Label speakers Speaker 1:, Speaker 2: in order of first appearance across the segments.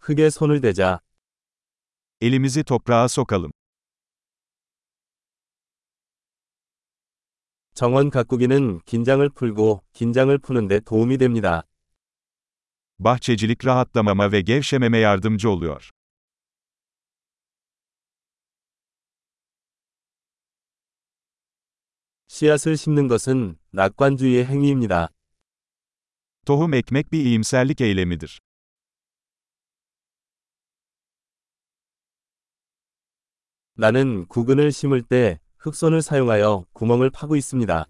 Speaker 1: 흙에 손을 대자.
Speaker 2: Elimizi toprağa sokalım.
Speaker 1: 정원 가꾸기는 긴장을 풀고 긴장을 푸는데 도움이 됩니다.
Speaker 2: Bahçecilik rahatlamama ve gevşememe yardımcı oluyor.
Speaker 1: 씨앗을 심는 것은 낙관주의의 행위입니다.
Speaker 2: Tohum ekmek bir iyimserlik eylemidir.
Speaker 1: 나는 구근을 심을 때 흑손을 사용하여 구멍을 파고 있습니다.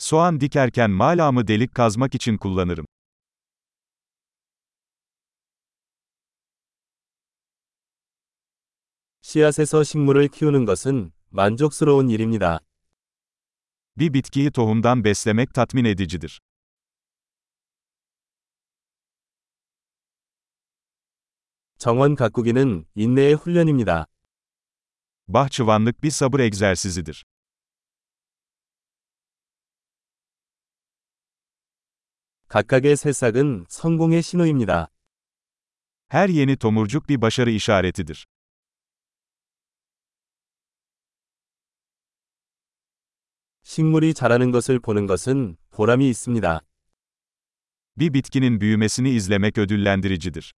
Speaker 2: Soğan dikerken malamı delik kazmak için kullanırım.
Speaker 1: 씨앗에서 식물을 키우는 것은 만족스러운 일입니다.
Speaker 2: Bir bitkiyi tohumdan beslemek tatmin edicidir.
Speaker 1: 정원 가꾸기는 인내의 훈련입니다.
Speaker 2: Bahçıvanlık bir sabır egzersizidir.
Speaker 1: 각각의 새싹은 성공의 신호입니다.
Speaker 2: Her yeni tomurcuk bir başarı işaretidir.
Speaker 1: 식물이 자라는 것을 보는 것은 보람이 있습니다.
Speaker 2: Bir bitkinin büyümesini izlemek ödüllendiricidir.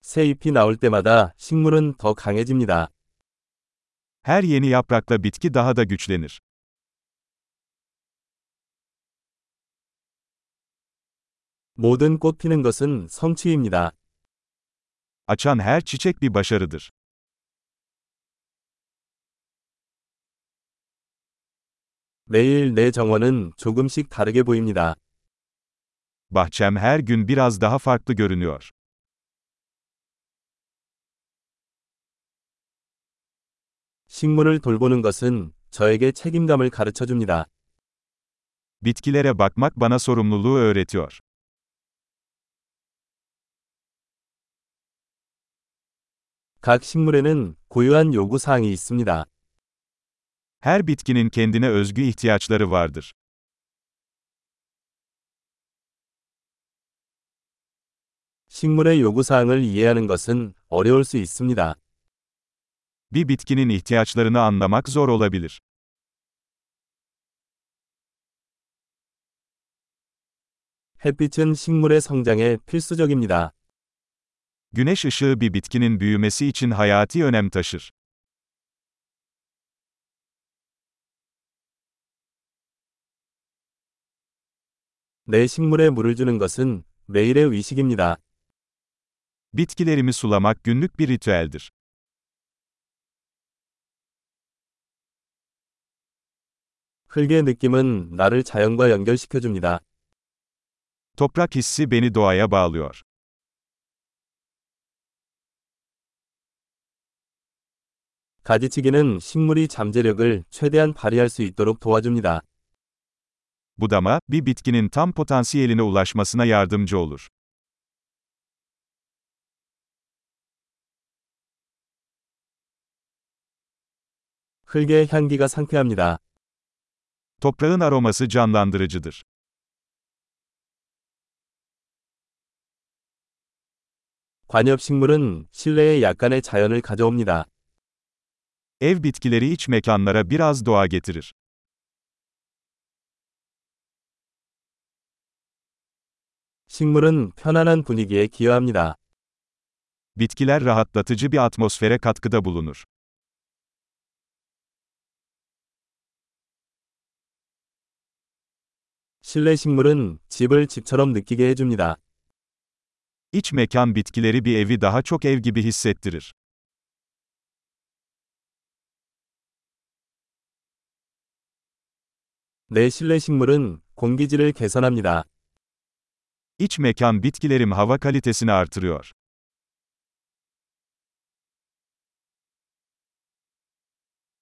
Speaker 1: 새 잎이 나올 때마다 식물은 더 강해집니다.
Speaker 2: Her yeni yaprakla bitki daha da güçlenir.
Speaker 1: 모든 꽃 피는 것은 성취입니다.
Speaker 2: Açan her çiçek bir başarıdır.
Speaker 1: 매일 내 정원은 조금씩 다르게 보입니다.
Speaker 2: Bahçem her gün biraz daha farklı görünüyor.
Speaker 1: 식물을 돌보는 것은 저에게 책임감을 가르쳐 줍니다.
Speaker 2: Bitkilere bakmak bana sorumluluğu öğretiyor.
Speaker 1: 각 식물에는 고유한 요구사항이 있습니다.
Speaker 2: Her bitkinin kendine özgü ihtiyaçları vardır.
Speaker 1: 식물의 요구사항을 이해하는 것은 어려울 수 있습니다.
Speaker 2: Bir bitkinin ihtiyaçlarını anlamak zor olabilir.
Speaker 1: 햇빛은 식물의 성장에 필수적입니다.
Speaker 2: Güneş ışığı bir bitkinin büyümesi için hayati önem taşır.
Speaker 1: 내 식물에 물을 주는 것은 매일의 의식입니다.
Speaker 2: Bitkilerimi sulamak günlük bir ritüeldir.
Speaker 1: 흙의 느낌은 나를 자연과 연결시켜 줍니다.
Speaker 2: Toprak hissi beni doğaya bağlıyor.
Speaker 1: 가지치기는 식물이 잠재력을 최대한 발휘할 수 있도록 도와줍니다.
Speaker 2: Budama, bir bitkinin tam potansiyeline ulaşmasına yardımcı olur.
Speaker 1: 흙의 향기가 상쾌합니다.
Speaker 2: Toprağın aroması canlandırıcıdır.
Speaker 1: 관엽식물은 실내에 약간의 자연을 가져옵니다.
Speaker 2: Ev bitkileri iç mekanlara biraz doğa getirir.
Speaker 1: 식물은 편안한 분위기에 기여합니다.
Speaker 2: Bitkiler rahatlatıcı bir atmosfere katkıda bulunur.
Speaker 1: 실내 식물은 집을 집처럼 느끼게 해줍니다.
Speaker 2: İç mekan bitkileri bir evi daha çok ev gibi hissettirir.
Speaker 1: 내 실내 식물은 공기질을 개선합니다.
Speaker 2: İç mekan bitkilerim hava kalitesini artırıyor.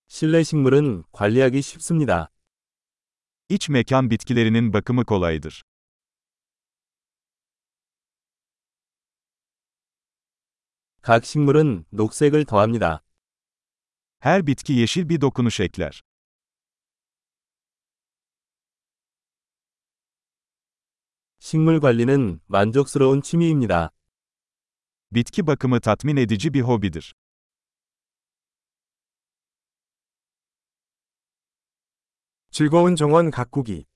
Speaker 1: 실내 식물은 관리하기 쉽습니다.
Speaker 2: İç mekan bitkilerinin bakımı kolaydır.
Speaker 1: 각 식물은 녹색을 더합니다.
Speaker 2: Her bitki yeşil bir dokunuş ekler.
Speaker 1: 식물 관리는 만족스러운 취미입니다.
Speaker 2: Bitki bakımı tatmin edici bir hobidir.
Speaker 1: 즐거운 정원 가꾸기.